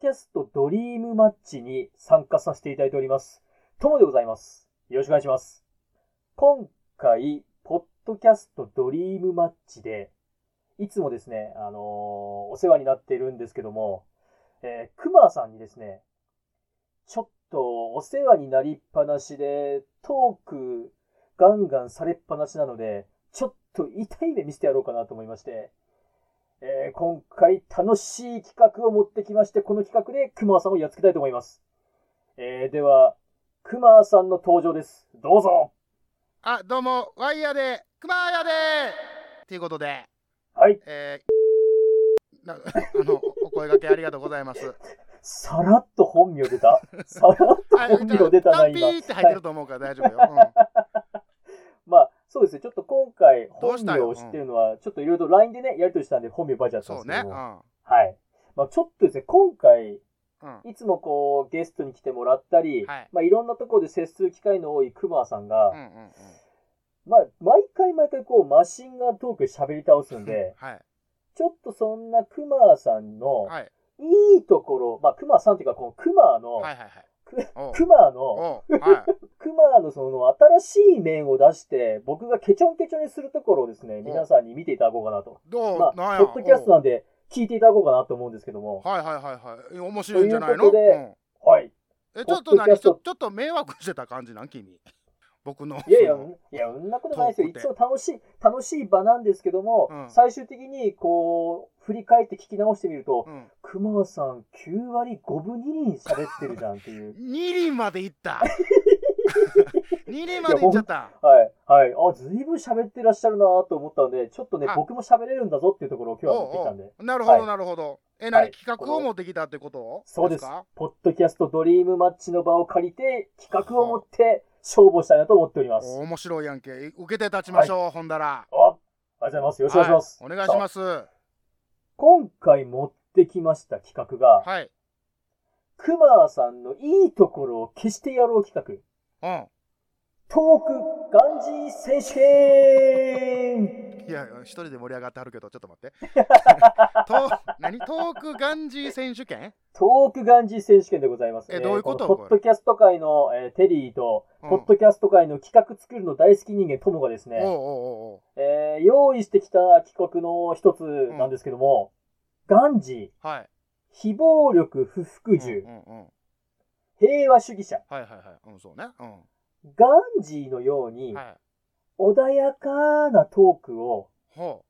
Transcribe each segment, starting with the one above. キャストドリームマッチに参加させていただいております。ともでございます。よろしくお願いします。今回、ポッドキャストドリームマッチで、いつもですね、あのーお世話になっているんですけども、えー、クマさんにですね、ちょっとお世話になりっぱなしで、トークガンガンされっぱなしなので、ちょっと痛い目見せてやろうかなと思いまして、えー今回楽しい企画を持ってきまして、この企画でクマさんをやっつけたいと思います。えーでは、クマさんの登場です。どうぞあ、どうも、ワイヤーで、クマーヤでーということで、はい、えー、な あの、おお声掛けありがとうございます。さらっと本名出 たさらっあと本名出たな、タンピ今。ーって入ってると思うから大丈夫よ。まあ、そうですね、ちょっと今回、ど本うした名よを知ってるのは、ちょっといろいろ LINE でね、やりとりしたんで、本名バージうョンだったんん、そうですけ。ねどうも、ん。はい。まあ、ちょっとですね、今回、うん、いつもこう、ゲストに来てもらったり、はいまあ、いろんなところで接する機会の多いクマさんが、うん、うん。まあ、毎回毎回こう、マシンガントークで喋り倒すうんん、で はい。ちょっとそんなクマさんの、はい。いいところ、まあ、クマさんというか、このクマの、はい、はい、はい。おうクマの、おう、はクマのその新しい面を出して、僕がケチョンケチョンにするところをですね、ん皆さんに見ていただこうかなと。い。どう、まなんあ、や。ポッドキャストおなうんで、聞いていただこうかなと思うんですけども。はい、はい、はい、はい。面白いんじゃなといいのうことでうんはい。え、ちょっポッとドキャ何スちトょちょっと迷惑してた感じなん君。僕の。いやいや、そのいや、そんなことないですよ。いトークでつも楽しい、楽しい場なんですけども、うん最終的にこう、振り返って聞き直してみると、うん。クマさん9割5分2厘喋ってるじゃんってい う。二輪まで 行った。二輪まで行っちゃった。はい、はい。あ、ずいぶん喋ってらっしゃるなと思ったので、ちょっとねあ、僕も喋れるんだぞっていうところを今日は持ってきたんで。なるほはいど、なるほど。え、は何い企画を持ってきたってことそうですかポッドキャストドリームマッチの場を借りて、企画を持って勝負をしたいなと思っております。お面白いやんけ。受け手立ちましょう、ほんだあ、あら。りがとうございます。よろしくお願いします。はいお願いしさあます。は今回持ってきました企画が、い。クマさんのいいところを消してやろう企画、うトークガンジー選手権ん。いや、一人で盛り上がってはるけど、ちょっと待 って。と、何トークガンジー選手権トークガンジー選手権でございます。えどういうことのポッドキャスト界の、えーテリーと、うんポッドキャスト界の企画作るの大好き人間トモがですおうおうね、おうおうえー用意してきた企画の一つなんですけども、ガンジー、はい。非暴力不服従、うんうんうん。平和主義者、はいはいはい。うん、そうね。うガンジーのようにん。はい。穏やかなトークをほ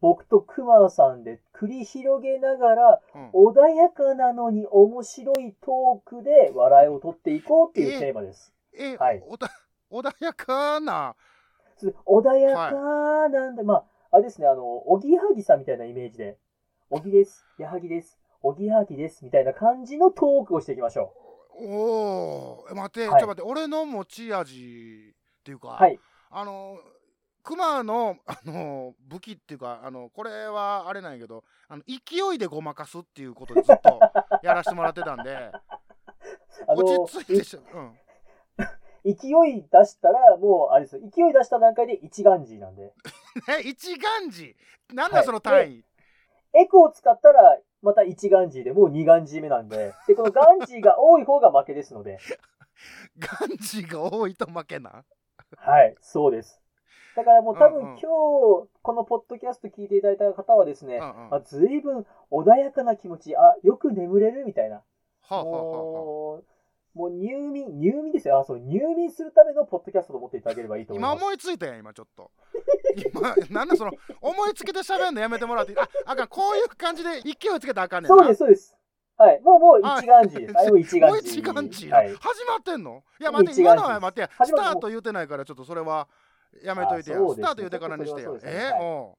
僕とクマさんで繰り広げながら、う。うん穏やかなのに面白いトークで笑いを取っていこうっていうえテーマです。え、はいおだ穏やかな。それ穏やかなんで、まあ、あれですね、あの、おぎやはぎさんみたいなイメージで、おぎです、やはぎです、おぎやはぎです、みたいな感じのトークをしていきましょおお、え待って、はいちょっと待って、俺の持ち味っていうか、う。はい。あの、熊の、あの、武器っていうか、あの、これはあれなんやけど、あの、勢いでごまかすっていうことでずっとやらせてもらってたんで、 あの、落ち着いてし、うん。い勢い出したら、もう、あれですよ、勢い出した段階で一眼字なんで、え、一眼字なんはだいその単位、エコを使ったら、また一眼字でもう二眼字目なんで、で、この眼字が多い方が負けですので、眼字が多いと負けな。はい、そうです。だからもう多分うんう今ん日、このポッドキャスト聞いていただいた方はですうねんう、ん。はあ随分穏やかな気持ち、あ、よく眠れるみたいな。あ、はあはあはあもう、もう入眠、入眠ですよ。あ、そう、入眠するためのポッドキャストと思っていただければいいと思い今ます。思いついたやん、今ちょっと。今、なんだその、思いつけて喋るのやめてもらっていい、あ、あかん、こういう感じで勢いつけたらあかんねんな。そうです、そうです。はい、もう、もうあ一眼字です。あれもう一眼もう字。一眼字だ、はい。始まってんのいや待って一眼今字のは待ってや始スまるタート言うてないからちょっとそれはやめといてや、あそうスですねタート言うてからにしてちょよっとそれはそうですねえはいお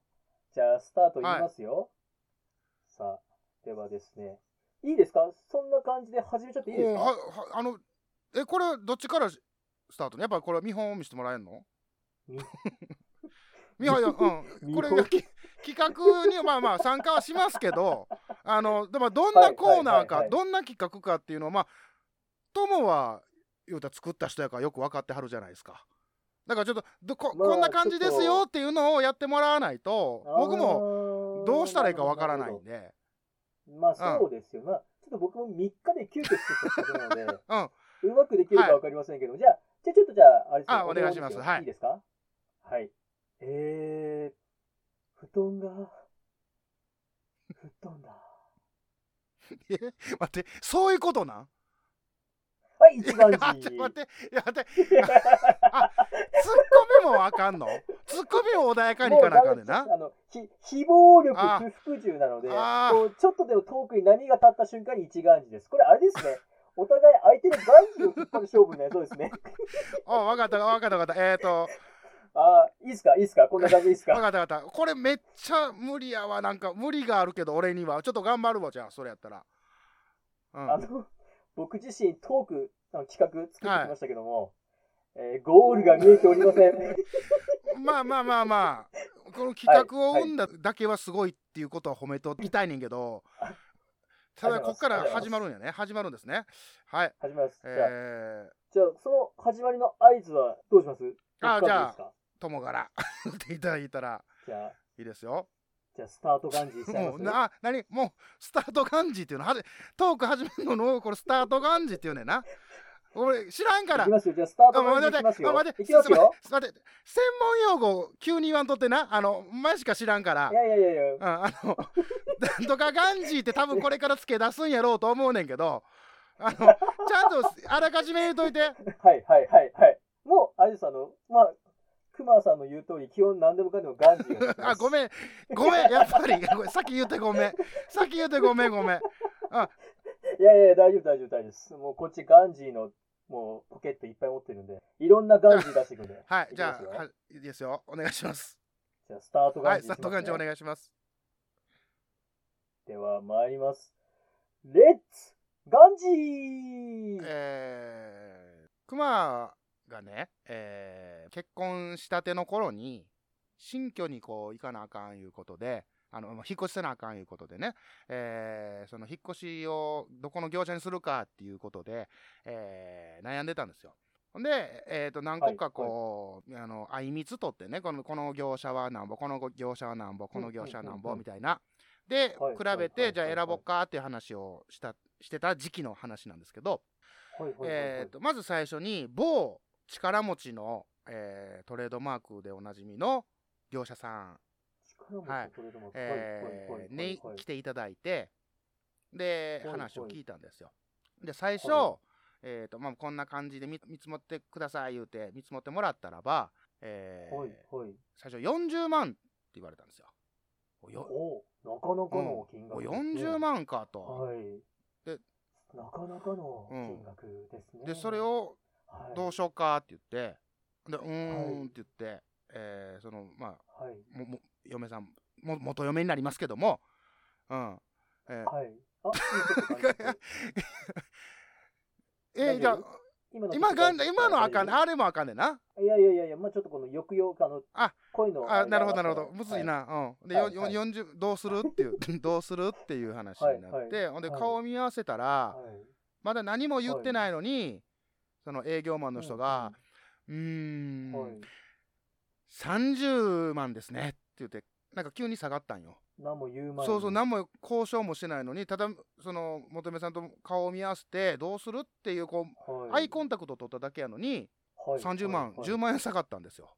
じゃあ、スタート言いますよ。さあ、ではですね。いいですかそんな感じで始めちゃっていいですおはかはあのえこれどっちからスタートねやっぱこれ見本を見せてもらえんの 見見本よ、うん、見こ本れがき企画にまあまあ参加はしますけどあのでもどんなコはいはーナーか、いはいはいどんな企画かっていうのはまあ友は言うたら作った人やからよく分かってはるじゃないですかだからちょっとどこ,、まあこんな感じですちょっよっていうのをやってもらわないと僕ももどうしたらいいか分からないんでまあそうですよ。まあ、ちょっと僕も3日で急遽作ったことなので、 うんうまくできるかわかりませんけど、じゃあ、じゃあちょっとじゃあ、あれですねあお願いしますおはいいいですかはい。えー、布団が、布団だ。え待って、そういうことなんはい、一番 待って、地。待って、いや待って、あ、ツッコミもあかんのツッコミも穏やかにいかなあかんねんなもう。ダメですあの、ひ非暴力あ不服従なので、あーこうちょっとでも遠くに波が立った瞬間に一眼字です。これあれですね。お互い相手の眼字を引っ張る勝負になりそうですね。あ、わかった、わかった、わかった。えっ、ー、と、あーいいっすかいいっすかこんな感じでいいっすわかかった、わかった。これめっちゃ無理やわ。なんか無理があるけど、俺には。ちょっと頑張るわ、じゃあ、それやったら。うん。あの、僕自身トークの企画作ってきましたけども、えーゴールが見えておりません。まあまあまあま あこの企画を生んだだけはすごいっていうことは褒めときたいねんけど、ただこっから始まるんやね始まるんですねはい始まります。じゃあ、えじゃあその始まりの合図はどうしますあー僕からでいいですかー「友 柄」っていただいたらじゃあ、いいですよじゃあスタートガンジーしちゃいもまうす。な何もうスタートガンジっていうのはじトーク始めるののこれスタートガンジっていうねんな俺知らんかいらきますよ。じゃあ、スターあトガンジーいきますあよ待っ。ていきますよ。待って専門用語急に言わんとってなあの前しか知らんからいやいやいやいやう、んあの なんとかガンジーって多分これからつけ出すんやろうと思うねんけどあのちゃんとあらかじめ言うといて はいはいはいはい。もう、あれです、あの、まあ、クマさんの言う通り、基本何でもかんでもガンジーが あごん。めんごめんやっぱりごめんさっき言ってごめんさっき言ってごめんごめんいやいや、大丈夫大丈夫大丈夫です。もうこっちガンジーの、もうポケットいっぱい持ってるんで、いろんなガンジー出していくんで。はいじいゃきますあよはいいいですよお願いしますじゃあ、スタートガはンいジーしまさっす、とガンジーお願いしますでは、参ります。レッツガンジー、えー、クマがね、えー結婚したての頃に新居にこう行かなあかんいうことであの引っ越しせなあかんいうことでね、えーその引っ越しをどこの業者にするかっていうことで、えー悩んでたんですよ。ほんで、えー、と何個かこう、あのあいみつ取ってねこのこの業者はなんぼこの業者はなんぼこの業者はなんうんうんうんうぼんみたいな。ではい比べはいはいはいはていじゃあ選ぼっかっていう話をしたしてた時期の話なんですけど、はいはいはいはいえー、とまず最初に某力持ちの、えートレードマークでおなじみの業者さん、力持ちはいトレードマークはいえはいはいはいーはにいはい来ていただいてではい話を聞いたんですよ。で最初、はえーとまあ、こんな感じで見見積もってください言うて見積もってもらったらば、えーはいはい。最初40万って言われたんですよ。およおなかなかの金お額ですね、 40万かと。はい。でなかなかの金額ですね。でそれをはい、どうしようかって言って、で、うーんって言って、えーその、まはい。あ、も、も、嫁さん、も、元嫁になりますけども、うん。えー はい。あ、今ちょっと感じえー大丈夫じゃあ、今の今がん、今のあかん、な。あれもあかんねんな。いやいやいやいや、まあちょっとこの抑揚かのあ声のれあ、がなるほど、なるほあどっ。たむずいはな。うん。で、はいよんよんはい40、どうするっていう、 どうするっていう話になはっいて、ほんで、はい顔を見合わせたらい、はいまだ何も言ってないのに、その営業マンの人が、うーうんん、はい。 30万ですねって言ってなんか急に下がったんよ何も言う前にそうそう何も交渉もしてないのにただその求めさんと顔を見合わせてどうするっていうこうはいアイコンタクト取っただけやのにはい30万はい10万円下がったんですよ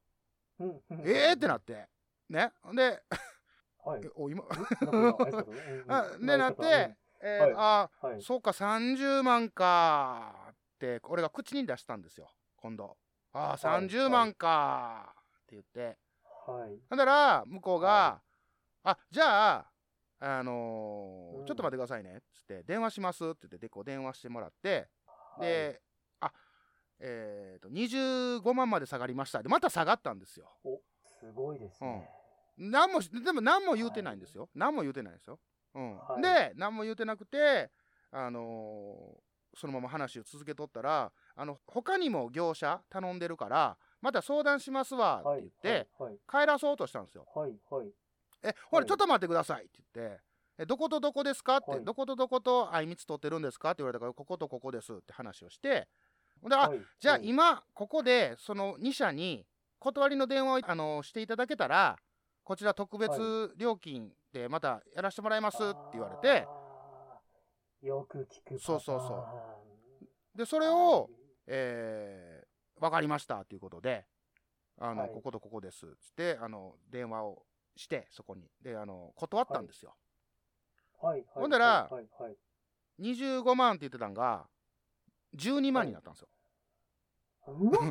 うんうんえーってなってねではい。え お今なんか今挨拶うんうんあでなっ、うんうんてえーあはい。そうか30万かって俺が口に出したんですよ今度あはいー30万かって言ってはい。だから向こうが、はあじゃああのーうんちょっと待ってくださいねっつって電話しますって言ってでこう電話してもらって、はい、であえっ、と25万まで下がりましたでまた下がったんですよすごいですね。何もしでも何も言うてないんですよ、何も言うてないですよ、うんはいで何も言うてなくてあのーそのまま話を続けとったらあの他にも業者頼んでるからまた相談しますわはっい。て言って、はい。帰らそうとしたんですよはい。はい。え、ほはら、いちょっと待ってくださいって言って、え、どことどこですかって、はいどことどことあいみつ取ってるんですかって言われたから、こことここですって話をして、ほんで、あ、はいじゃあはい今、ここで、その2社に断りの電話を、あの、していただけたら、こちら特別料金でまたやらせてもらいますって言われて、あーよく聞くパターン。そうそうそうで、それを、えー、わかりましたということで、あの、はいこことここです。つって、あの、電話をして、そこに。で、あの、断ったんですよ。はい。はい。はいほんならはい。はい。 25万って言ってたんが、12は万いになったんですよ。うわ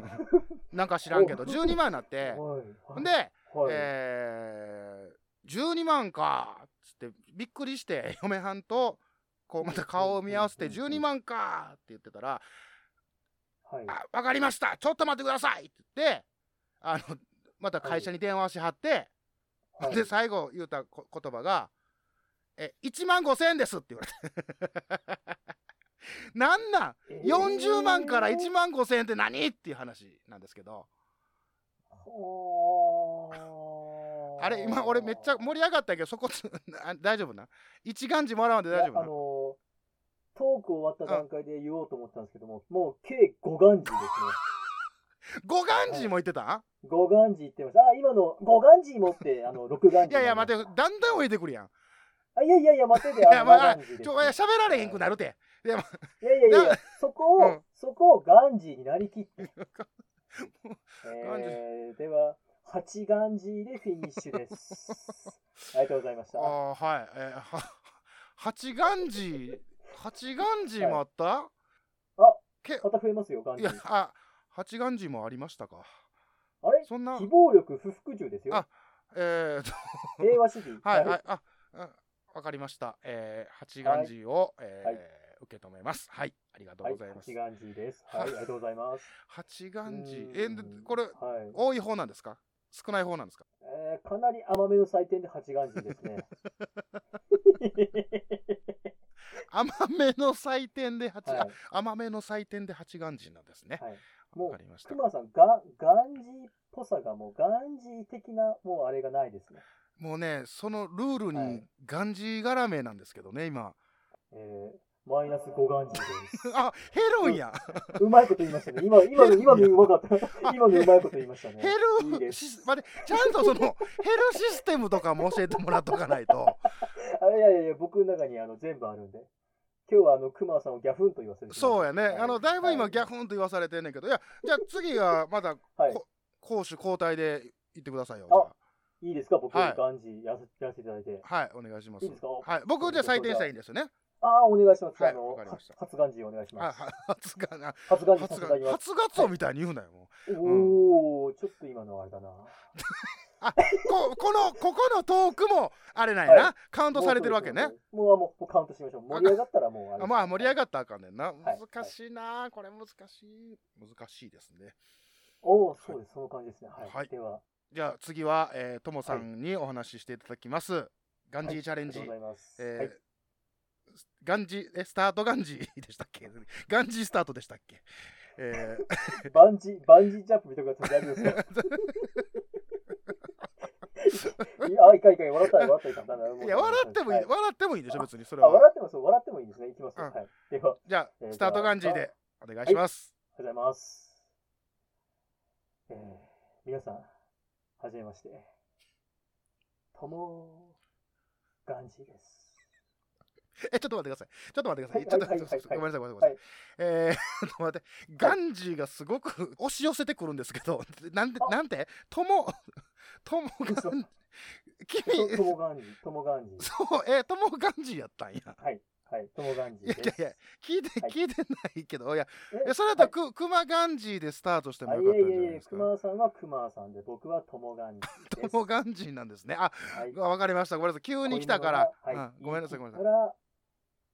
なんか知らんけど、お12万になって、 はいほはい。んで、はい、えー、12万かつって、びっくりして、 嫁はんと、こう、また顔を見合わせて、うんうんうんうん12万かって言ってたら、はい。あ、わかりましたちょっと待ってくださいって言って、あの、また会社に電話しはって、はいで、最後言うたこ言葉が、え、1万5千円ですって言われて。 なんなんえー ?40 万から1万5千円って何っていう話なんですけど。ほーあれ、今俺めっちゃ盛り上がったけど、そこつ、 あ大丈夫な一眼字もらうんで大丈夫いやあなのートーク終わった段階で言おうと思ったんですけども、もう計五眼字ですね。五眼字も言ってた、五眼字言ってました。あ、今の五眼字持って、あ の、六眼い、字。やいや、待て、だんだん置いてくるやん。あ、いやいやいや、待てで、いあやの、まあ七眼字ですちょ、いや喋られへんくなるて。いやいやいだや、そこを、うんそこを眼字になりき って。眼えー、では、八眼字でフィニッシュ です。ありがとうございました。はああーはいえーは 八眼寺八眼寺もあった、あけまた増えますよ、眼い字や。あ八眼寺もありましたかあれそんな非暴力不服従ですあよ。えー と平和主義。はいはいああわかりましたえー、八眼寺を、えーはい受け止めますはいありがとうはいございます、八眼字です。はい、あはりいがとうございます。八眼寺うーんえーでこれはい多い方なんですか少ない方なんですかえーかなり甘めの採点で八眼字です ね。甘めの採点で八、はいあ甘めの採点で八眼寺なんですねはいわ、もかうりましたクマさん、が眼字っぽさがもう眼字的なもうあれがないですね。もうね、そのルールはにいがんじがらめなんですけどね、今。えーマイナス五眼字です。 あ、ヘロンや。うまいこと言いましたね。今、今の、今のうまかった。 今のうまいこと言いましたね。ヘいいルでシす。ス、待って、ちゃんとその、ヘルシステムとかも教えてもらっとかな いと。あいやいやいや、僕の中にあの全部あるんで。今日はあの、クマさんをギャフンと言わせて。そうやね。あの、だいぶ今ギャフフンと言わされてんねんけど、いや、じゃあ次はまだン。はい。攻守交代で行ってくださいよ。あいいですか僕、はい眼字やらせやらせていただいてじ。ゃあはい、お願いします。いいですかはい、僕じゃあ採点したらいいんですよね。ああ、お願いします。はいあのわかりました初眼字お願いしはい、ます。 は初がな、初眼字させ初ていただきが、ます。初ガツオみたいに言うなよ。もうおお、ちょっと今のあれだな。ここの、ここのトークも、あれなんやはな。カウントされてるわけね。もうあもうカウントしましょう。盛り上がったらもうあれ。あまあ盛り上ががったらあかんねんな。はい難しいな、これ難しい。難しいですね。おお、そうです。その感じですね。はい。はいでは、じゃあ次は、えー、ともさんにお話ししていただきます。ガンジーチャレンジ。ありがとうございます。えーはいガンジーえスタートガンジーでしたっけガンジースタートでしたっけえーバンジー、バンジージャンプ見とくやつ大丈夫 ですかいや、あいかんいかん、笑ったら笑ったらいかんだな。 いや、笑ってもいい、は笑ってもいいでしょ、別にそれあ、は。笑ってもそう、笑ってもいいですね。いきますよ。うんはい。では、じゃえーあ、スタートガンジーでお願いします。おはようございます。えー、皆さん、はじめまして。とも、ガンジーです。 え、ちょっと待ってください。ちょっと待ってください。ちはょいっとはいちょっとはいごめんなさい、ごめんなさはいい。えー、ち ょっと待って、ガンジーがすごく 押し寄せてくるんですけど、 なんで、あなんで、と も、ともガ嘘ン、君、とともガンジー、ともガンジー。そう、えー、ともガンジーやったんや。はい、はい、ともガンジいやーいやです。いや、聞いて、はい聞いてないけど、いや、ええそれだとく、クマガンジーでスタートしてもあよいかったやんいじゃやないいでや、すクか。マさんはクマさんで、僕はともガンジー です。ともガンジーなんですね。あ、はいわかりました。ごめんなさい。急に来たから。うんごめんなさい、ごめんなさい。さ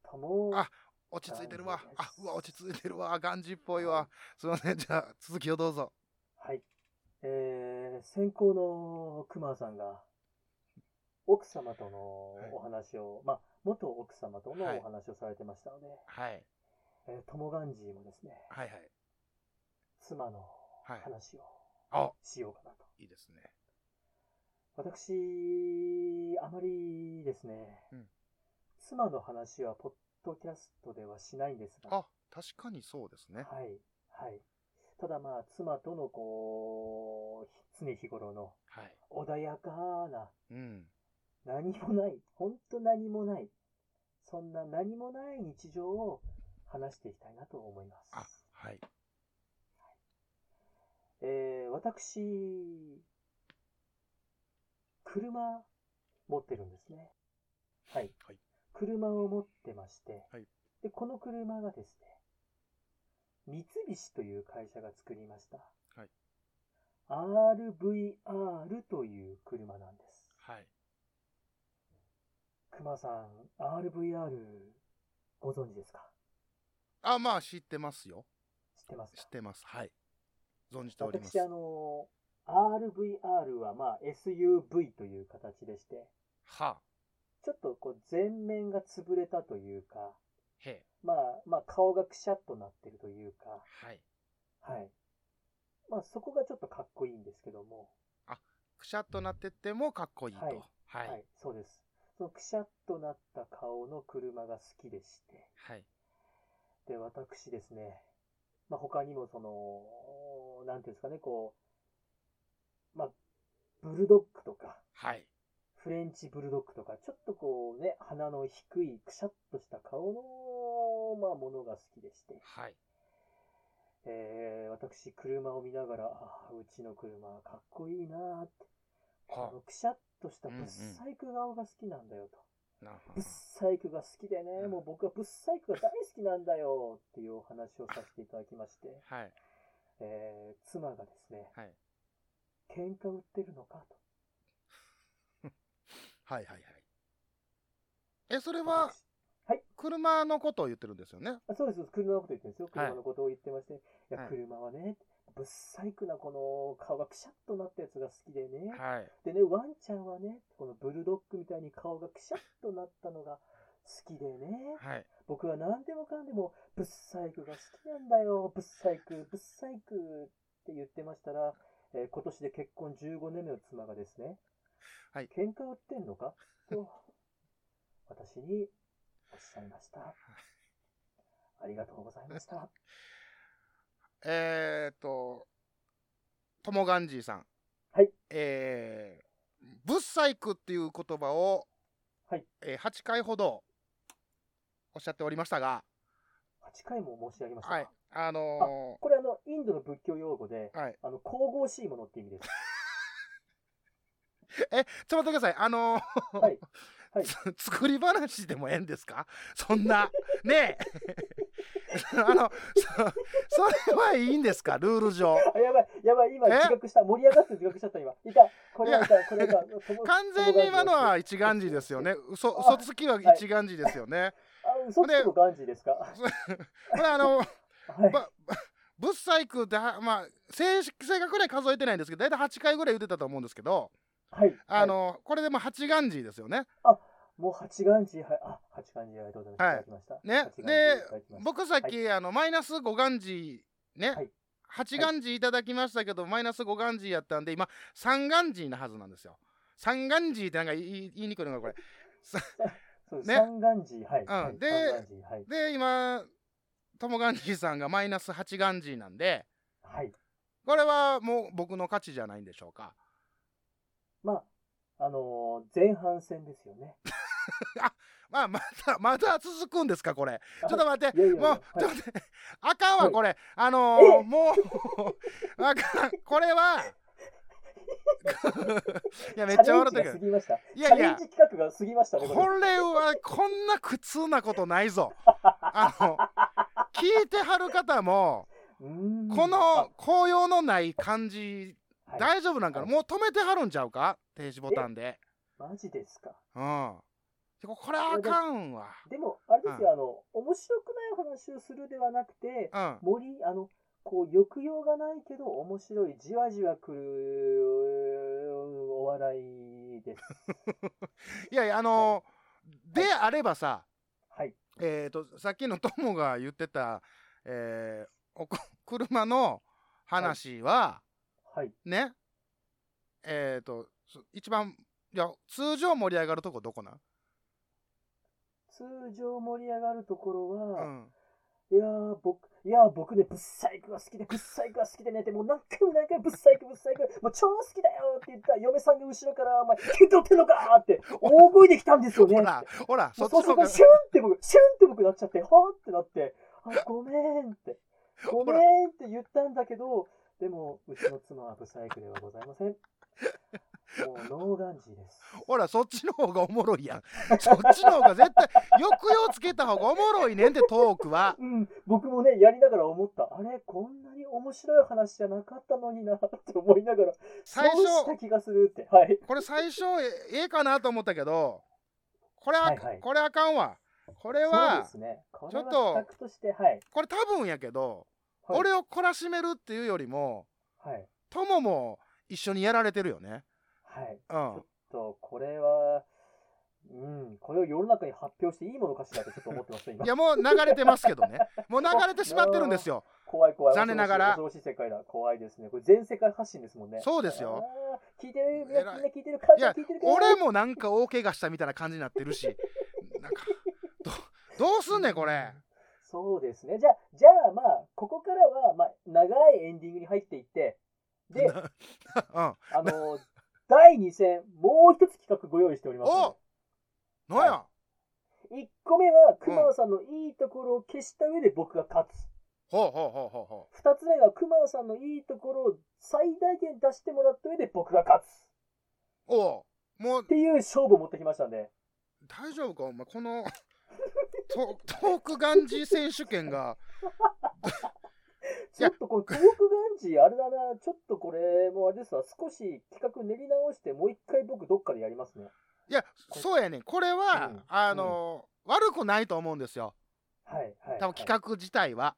い。とも、あ落ち着いてるわガンジー。であす、うわ、落ち着いてるわ。ガンジーっぽいはわい。すいません。じゃあ、続きをどうぞ。はい。えー、先行のクマさんが、奥様とのはいお話を、まあ、元奥様とのはいお話をされてましたので、はい。えー、トモガンジーもですね、はいはい。妻のはい。話をあ、しようかなと。いいですね。私、あまりですね、うん妻の話はポッドキャストではしないんですが、あ、確かにそうですね。はい、はい。ただまあ、妻とのこう、常日頃のはい。穏やかなうん。何もない、ほんと何もない、些そんな何もない日常を話していきたいなと思いまあす。、はい。えー、私、車持ってるんですね。はい。はい車を持ってまして、はいで、この車がですね、三菱という会社が作りました。はい RVR という車なんです。はい。熊さん、RVR ご存知ですかあ、まあ、知ってますよ。知ってます知かってます。はい。存じております私、。あの、RVR はまあ SUV という形でして、は、ちょっとこう前面が潰れたというか、へ、まあ、まあ顔がくしゃっとなってるというか、はい。はい。まあそこがちょっとかっこいいんですけども、くしゃっとなってってもかっこいいと。ははいい。は。はいい、そうです。そのくしゃっとなった顔の車が好きでして、はい。で、私ですね、まあ、他にもその、なんていうんですかね、こう、まあ、ブルドッグとか、はい。フレンチブルドッグとか、ちょっとこうね、鼻の低い、くしゃっとした顔の、まあ、ものが好きでして、はい。えー、私、車を見ながら、ああ、うちの車、かっこいいなーって、こはのくしゃっとしたうんぶうんっさいく顔が好きなんだよと。なるほぶどっ。さいくが好きでね、うんもう僕はぶっさいくが大好きなんだよっていうお話をさせていただきまして、はい。えー妻がですね、はい。喧嘩売ってるのかと。はいはいはい。え、それは、私車のことを言ってるんですよね。あそうです、そうです車のこと言ってるんですよ。はい車のことを言ってまして、い、はや、い車はね、ぶっさいくなこの顔がくしゃっとなったやつが好きでね、はい。でね、ワンちゃんはね、このブルドッグみたいに顔がくしゃっとなったのが好きでね、はい。僕は何でもかんでも、ぶっさいくが好きなんだよ、ぶっさいく、ぶっさいくって言ってましたら、えー今年で結婚15年目の妻がですね、はい喧嘩売ってんのかと、私におっしゃいました。ありがとうございました。えーっと、ともがんじいさん。はい。えー、ぶっさいくっていう言葉を、はい。えー8回ほどおっしゃっておりましたが、 8回も申し上げましたが、はい。あのこれあの、インドの仏教用語で、ー、はい。あの、神々しいものって意味です。ちょっと待ってください。あのー、はいはいつ 作り話でもええんですかそんな。ねえ。 あの、そそれはいいんですかルール上。あ、やばい、やばい、今、え自覚した。盛り上がって自覚しちゃった、今。いた、これはいた、これはいた。友 完全に今のは一眼字ですよね。嘘、あ嘘つきは一眼字ですよね。あ、嘘つきとガンジーですか。はこれあの、い。ば、ばぶっさいくで、はまあ、正式正確には数えてないんですけど、だいたい8回ぐらい言ってたと思うんですけど、はい。あの、これでも8眼字ですよね。はい、もう八ガンジー、はい。あ、八ガンジーありがとうございます。はいいただきました。ね八眼で字いただきました僕さっき、あのマイナス5ガンジーね、はい8ガンジーいただきましたけど、マイナス5ガンジーやったんで今3ガンジーなはずなんですよ3ガンジーってなんか言い言いにくいのかこれそうです。ね三ガンジー、はい。んはいで三ガンジー、はい。で今ともガンジーさんがマイナス8ガンジーなんではい。これはもう僕の価値じゃないんでしょうかまあ、あのー前半戦ですよね。まあまたまた続くんですかこれちょあっと待っていやいやいやもう、はいちょっと待ってあかんわはいこれ、あのー、もうあかんこれはいやめっちゃ笑ってチャレンジがる過ぎました。いやいやチャレンジ企画が過ぎました ね、これこ。れはこんな苦痛なことないぞ。あの聞いてはる方もうーんこあの紅葉のない感じはい大丈夫なんかな、はいもう止めてはるんちゃうか停止ボタンで。マジですか。うん。これあかんわ。でも、あれですよ、あの、面白くないお話をするではなくて、うん。森、あの、こう、抑揚がないけど、面白い、じわじわくる、お笑い です。いやいやあのーであればさ、はい。えっ、とさっきのトモが言ってた、えーおこ 車の話は、はい。ねえっ、とそ一番いや通常盛り上がるとこどこなん通常盛り上がるところうは、んいやー、僕、いやー、僕ね、ブッサイクが好きで、ブッサイクが好きでねって、もう何回も何回もブッサイク、ブッサイク、もう超好きだよって言ったら、嫁さんが後ろから、お前、剣取ってんのかーって、大声で来たん ですよね。ほら、ほら、そそっちのそ方こがが、シュンって僕、シュンって僕なっちゃって、はーってなって、あ、 ごめんって、ごめんって言ったんだけど、でも、うちの妻はブサイクではござい ません。もう、ノーガンジーです。ほら、そっちの方がおもろいやん。そっちの方が絶対、抑揚つけた方がおもろいねんって、トークは。うん、僕もね、やりながら思った。あれ、こんなに面白い話じゃなかったのになって思いながら、最初損した気がするって。はい。これ最初、えええかなと思ったけど、これあ、はいはいこれあかんわ。これそうでは、すね。こちれょはっと企画として、はい。これ多分やけど、はい俺を懲らしめるっていうよりも、はい。友も一緒にやられてるよね。はい。うん。と、これは、うん、これを世の中に発表していいものかしらってちょっと思ってます、今い。や、もう流れてますけどね。 もう流れてしまってるんですよ。怖い怖い。残念ながら恐ろしい恐ろしい世界だ。怖いですね。これ全世界発信ですもんね。そうですよあー。聞いてるみんな偉いみんな聞いてるかいや聞いてるか俺もなんか大怪我したみたいな感じになってるし、なんか、どどうすんねん、これ。 そうですね。じゃあ、じゃあまあ、ここからは、まあ、長いエンディングに入っていって、で、うん。あの、第2戦、もう一つ企画ご用意しておりますのなんや、で。1個目は、熊尾さんのいいところを消した上で僕が勝つ。ほうほうほうほうほ2つ目が、熊尾さんのいいところを最大限出してもらった上で僕が勝つ。っう。おう。もうていう勝負を持ってきましたんで。大丈夫かお前この トトークガンジー選手権がいちょやっとこのトークガンジー、あれだな、ちょっとこれ、もうあれですわ、少し企画練り直して、もう一回僕どっかでやりますね。いやそうやねんこれは、うんあの悪くないと思うんですよはい、はい。多分企画自体は。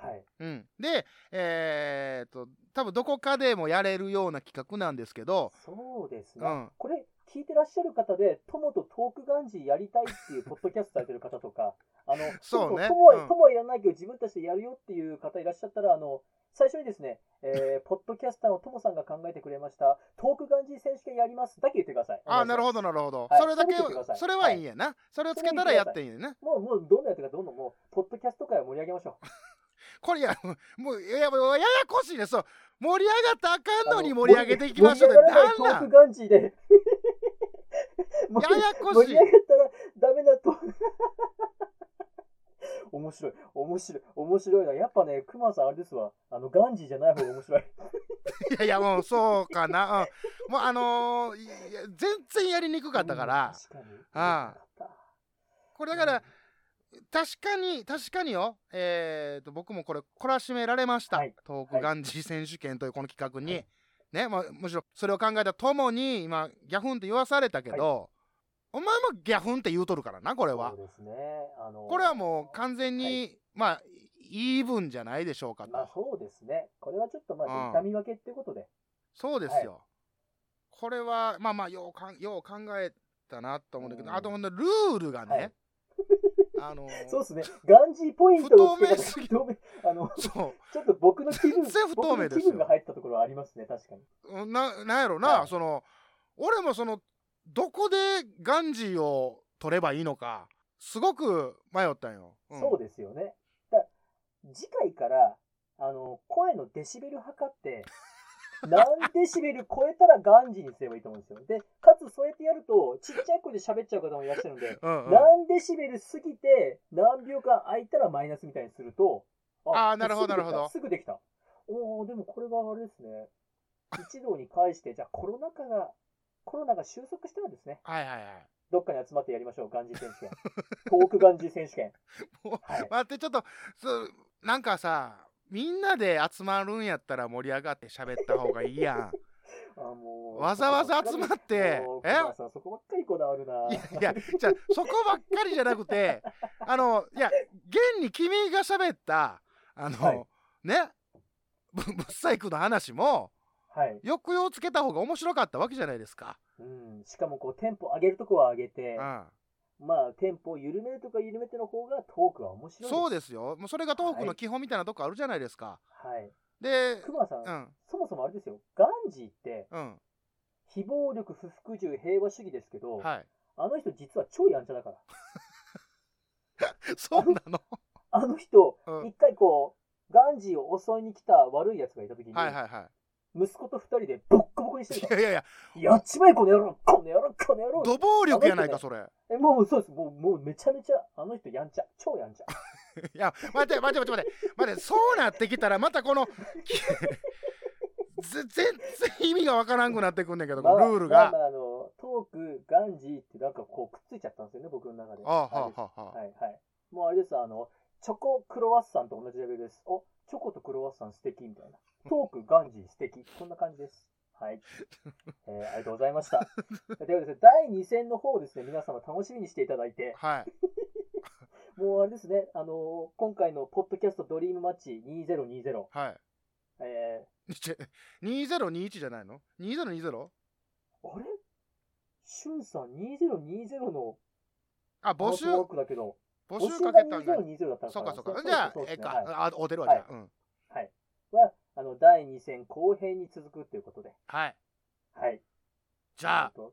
画。はい。うん、でえー、っと多分どこかでもやれるような企画なんですけどそうですね。うんこれ、聞いてらっしゃる方で、友とトークガンジーやりたいっていうポッドキャストされてる方と か、あの、そうね友は、うん友はいらないけど自分たちでやるよっていう方いらっしゃったら、あの、最初にですね、 えーポッドキャスターの友さんが考えてくれました、トークガンジー選手権やりますだけ言ってください。ああなるほど。どなるほど、はいそれだけそれ見てくださいそれはいいんやな、それをつけたらやっていいんやなもう、もう、どんどんやってるか、どんどんもう、ポッドキャスト界を盛り上げましょう。これいやもういやいやもうややこしいねそう盛り上がったらあかんのに盛り上げていきましょうって盛り上がらないなんなトーんやクガンジーで。ややこ 盛しりい上がったらダメだと。面白い、面白い、面白いな。やっぱね、クマさんあれですわ。あの、ガンジーじゃない方が面白い。いやいやもうそうかな、うん、もうあのーいいや全然やりにくかったから、うん。確かに。ああ。これだから、確かに確かによえー、と僕もこれ懲らしめられました、はいトーはクいガンジー選手権というこの企画に、はいねまあ、むしろそれを考えたともに今ギャフンって言わされたけど、お前もギャフンって言うとるからなこれはそうですね。あのこれはもう完全に、はまあイーブンじゃないでしょうかと、まあそうですね。これはちょっとまうんあ、痛み分けってことで。そうですよ、これはまあまあようかんよう考えたなと思うんだけど、うんあとほんでルールがね、はいあのー そうですね。ガンジーポイントの付け方不透明すぎ不透明あの、そちょっと僕の気分、全然不透明で僕すよの気分が入ったところはありますね、確かに。うななんやろな、はいその俺もそのどこでガンジーを取ればいいのかすごく迷ったんよ、うんそうですよね。だ次回から、あの、声のデシベル測 って、何デシベル超えたらガンジーにすればいいと思うんですよ。で、かつそうやってやると、ちっちゃい声で喋っちゃう方もいらっしゃるんで、うんうん何デシベル過ぎて、何秒間空いたらマイナスみたいにすると、あーなるほどすぐできたなるほすぐできた。おどー、でもこれはあれですね。一堂に会して、じゃあコロナ禍が、コロナが収束したらですね、はいはいはいどっかに集まってやりましょう、ガンジー選手 権。トークガンジー選手権。もうはい待ってちょっとそうなんかさみんなで集まるんやったら盛り上がって喋った方がいい やんあもうわざわざ集まってもうえ。熊さんそこばっかりこだわるないやいやじゃあそこばっかりじゃなくてあのいや現に君が喋ったあの、はいねぶぶっサイクの話もはい。抑揚つけた方が面白かったわけじゃないですか。うん。しかもこう、テンポ上げるとこは上げて、うんまあ、テンポを緩めるとか緩めての方がトークは面白い。そうでですよ。もうそれがトークはのい基本みたいなとこあるじゃないですか。す。はい。で、熊さん、うん、そもそもあれですよ。ガンジーって、うん、非暴力、不服従、平和主義ですけど、 はい。あの人実は超やんちゃだから。そうなの。あの人、うん一回こう、ガンジーを襲いに来た悪い奴がいた時に、はいはいは息子と二人でボッコボコにしているいからやいやいややっちまえ、この野郎この野郎この野郎土暴力やないかそれえ、もうそうです。もう、もうめちゃめちゃ、あの人やんちゃ。超やんちゃ。いや待て待て待て待て待てそうなってきたらまたこのぜ全然意味がわからんくなってくんねんけどこのルールまあがまあ、あの、トーク、ガンジーってなんかこうくっついちゃったんですよね、僕の中で。あはあれはですあはあはい、はい。もうあれです、あの、チョコクロワッサンと同じレベルです。お、チョコとクロワッサン素敵みたいな。トーク、ガンジー素敵。こんな感じです。 はい。えーありがとうございました。ではですね、第2戦の方をですね、皆様楽しみにしていただいて、はいもうあれですね、あの今回のポッドキャストドリームマッチ2020、はいえち2021じゃないの ?2020? ー、あれしゅんさん2020のあ、募集アートワークだけど、募募集集かがけたんだ。 2020だったのそうかなそうか。じゃあそう、えでっすねか、はいあ、おてるわ、じゃあ。うん。は、あの、第2戦後編に続くということで、はい。はい。じゃあ、本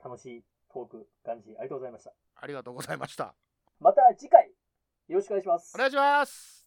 当楽しいトーク、ガンジー、ありがとうございました。ありがとうございました。また次回、よろしくお願いしますお。願いします